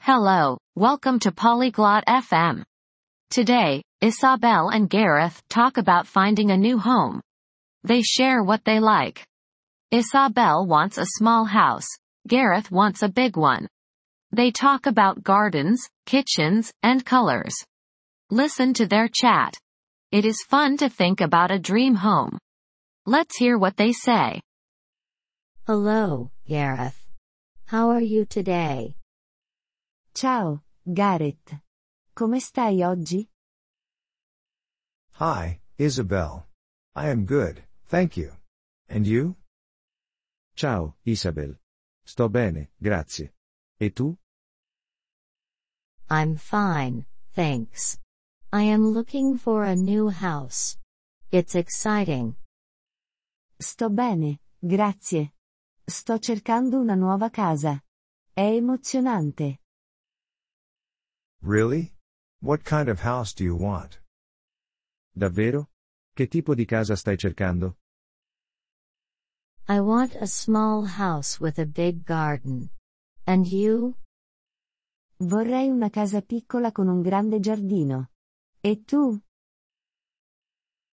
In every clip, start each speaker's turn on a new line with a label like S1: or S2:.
S1: Hello, welcome to Polyglot FM. Today, Isabel and Gareth talk about finding a new home. They share what they like. Isabel wants a small house. Gareth wants a big one. They talk about gardens, kitchens, and colors. Listen to their chat. It is fun to think about a dream home. Let's hear what they say.
S2: Hello, Gareth. How are you today?
S3: Ciao, Gareth. Come stai oggi?
S4: Hi, Isabel. I am good, thank you. And you?
S5: Ciao, Isabel. Sto bene, grazie. E tu?
S2: I'm fine, thanks. I am looking for a new house. It's exciting.
S3: Sto bene, grazie. Sto cercando una nuova casa. È emozionante.
S4: Really? What kind of house do you want?
S5: Davvero? Che tipo di casa stai cercando?
S2: I want a small house with a big garden. And you?
S3: Vorrei una casa piccola con un grande giardino. E tu?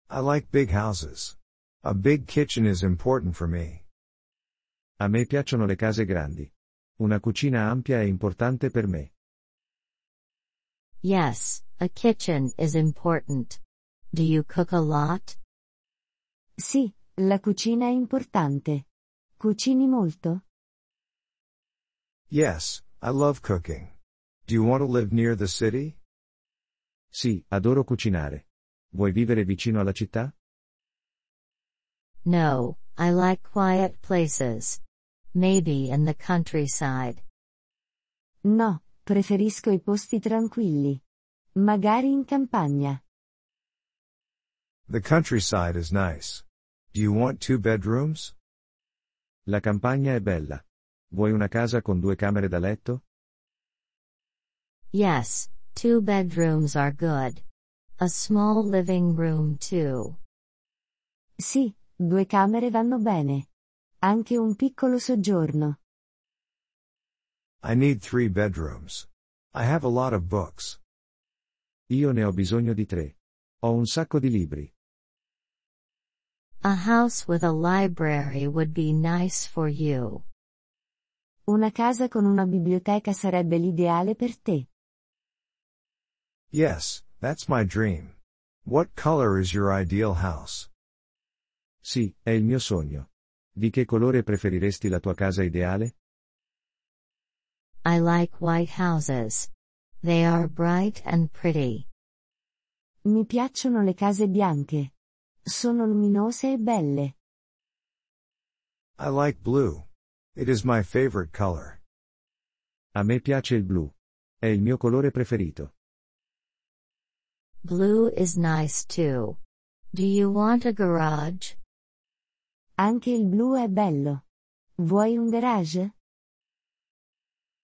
S4: I like big houses. A big kitchen is important for me.
S5: A me piacciono le case grandi. Una cucina ampia è importante per me.
S2: Yes, a kitchen is important. Do you cook a lot?
S3: Sì, la cucina è importante. Cucini molto?
S4: Yes, I love cooking. Do you want to live near the city?
S5: Sì, adoro cucinare. Vuoi vivere vicino alla città?
S2: No, I like quiet places. Maybe in the countryside.
S3: No, preferisco i posti tranquilli. Magari in campagna.
S4: The countryside is nice. Do you want two bedrooms?
S5: La campagna è bella. Vuoi una casa con due camere da letto?
S2: Yes, two bedrooms are good. A small living room too.
S3: Sì, due camere vanno bene. Anche un piccolo soggiorno.
S4: I need three bedrooms. I have a lot of books.
S5: Io ne ho bisogno di tre. Ho un sacco di libri.
S2: A house with a library would be nice for you.
S3: Una casa con una biblioteca sarebbe l'ideale per te.
S4: Yes, that's my dream. What color is your ideal house?
S5: Sì, è il mio sogno. Di che colore preferiresti la tua casa ideale?
S2: I like white houses. They are bright and pretty.
S3: Mi piacciono le case bianche. Sono luminose e belle.
S4: I like blue. It is my favorite color.
S5: A me piace il blu. È il mio colore preferito.
S2: Blue is nice too. Do you want a garage?
S3: Anche il blu è bello. Vuoi un garage?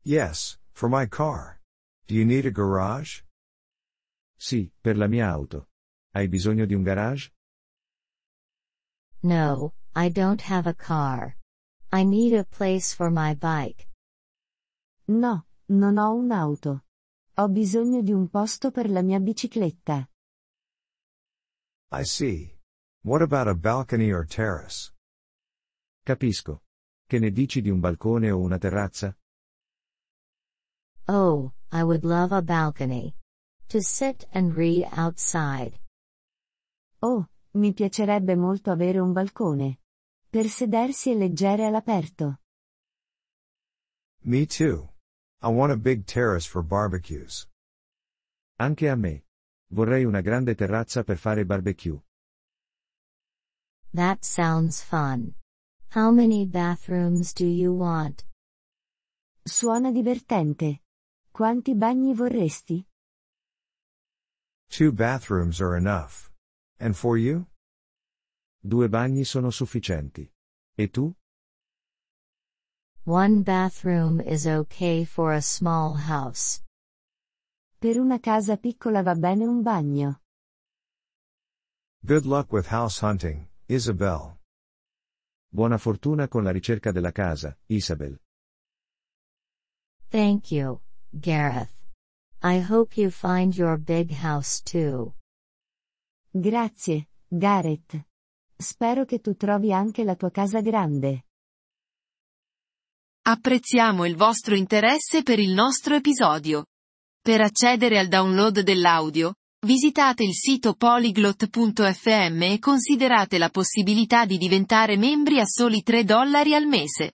S4: Yes, for my car. Do you need a garage?
S5: Sì, per la mia auto. Hai bisogno di un garage?
S2: No, I don't have a car. I need a place for my bike.
S3: No, non ho un'auto. Ho bisogno di un posto per la mia bicicletta.
S4: I see. What about a balcony or terrace?
S5: Capisco. Che ne dici di un balcone o una terrazza?
S2: Oh, I would love a balcony. To sit and read outside.
S3: Oh, mi piacerebbe molto avere un balcone. Per sedersi e leggere all'aperto.
S4: Me too. I want a big terrace for barbecues.
S5: Anche a me. Vorrei una grande terrazza per fare barbecue.
S2: That sounds fun. How many bathrooms do you want?
S3: Suona divertente. Quanti bagni vorresti?
S4: Two bathrooms are enough. And for you?
S5: Due bagni sono sufficienti. E tu?
S2: One bathroom is okay for a small house.
S3: Per una casa piccola va bene un bagno.
S4: Good luck with house hunting, Isabel.
S5: Buona fortuna con la ricerca della casa, Isabel.
S2: Thank you, Gareth. I hope you find your big house too.
S3: Grazie, Gareth. Spero che tu trovi anche la tua casa grande.
S6: Apprezziamo il vostro interesse per il nostro episodio. Per accedere al download dell'audio, visitate il sito polyglot.fm e considerate la possibilità di diventare membri a soli 3 dollari al mese.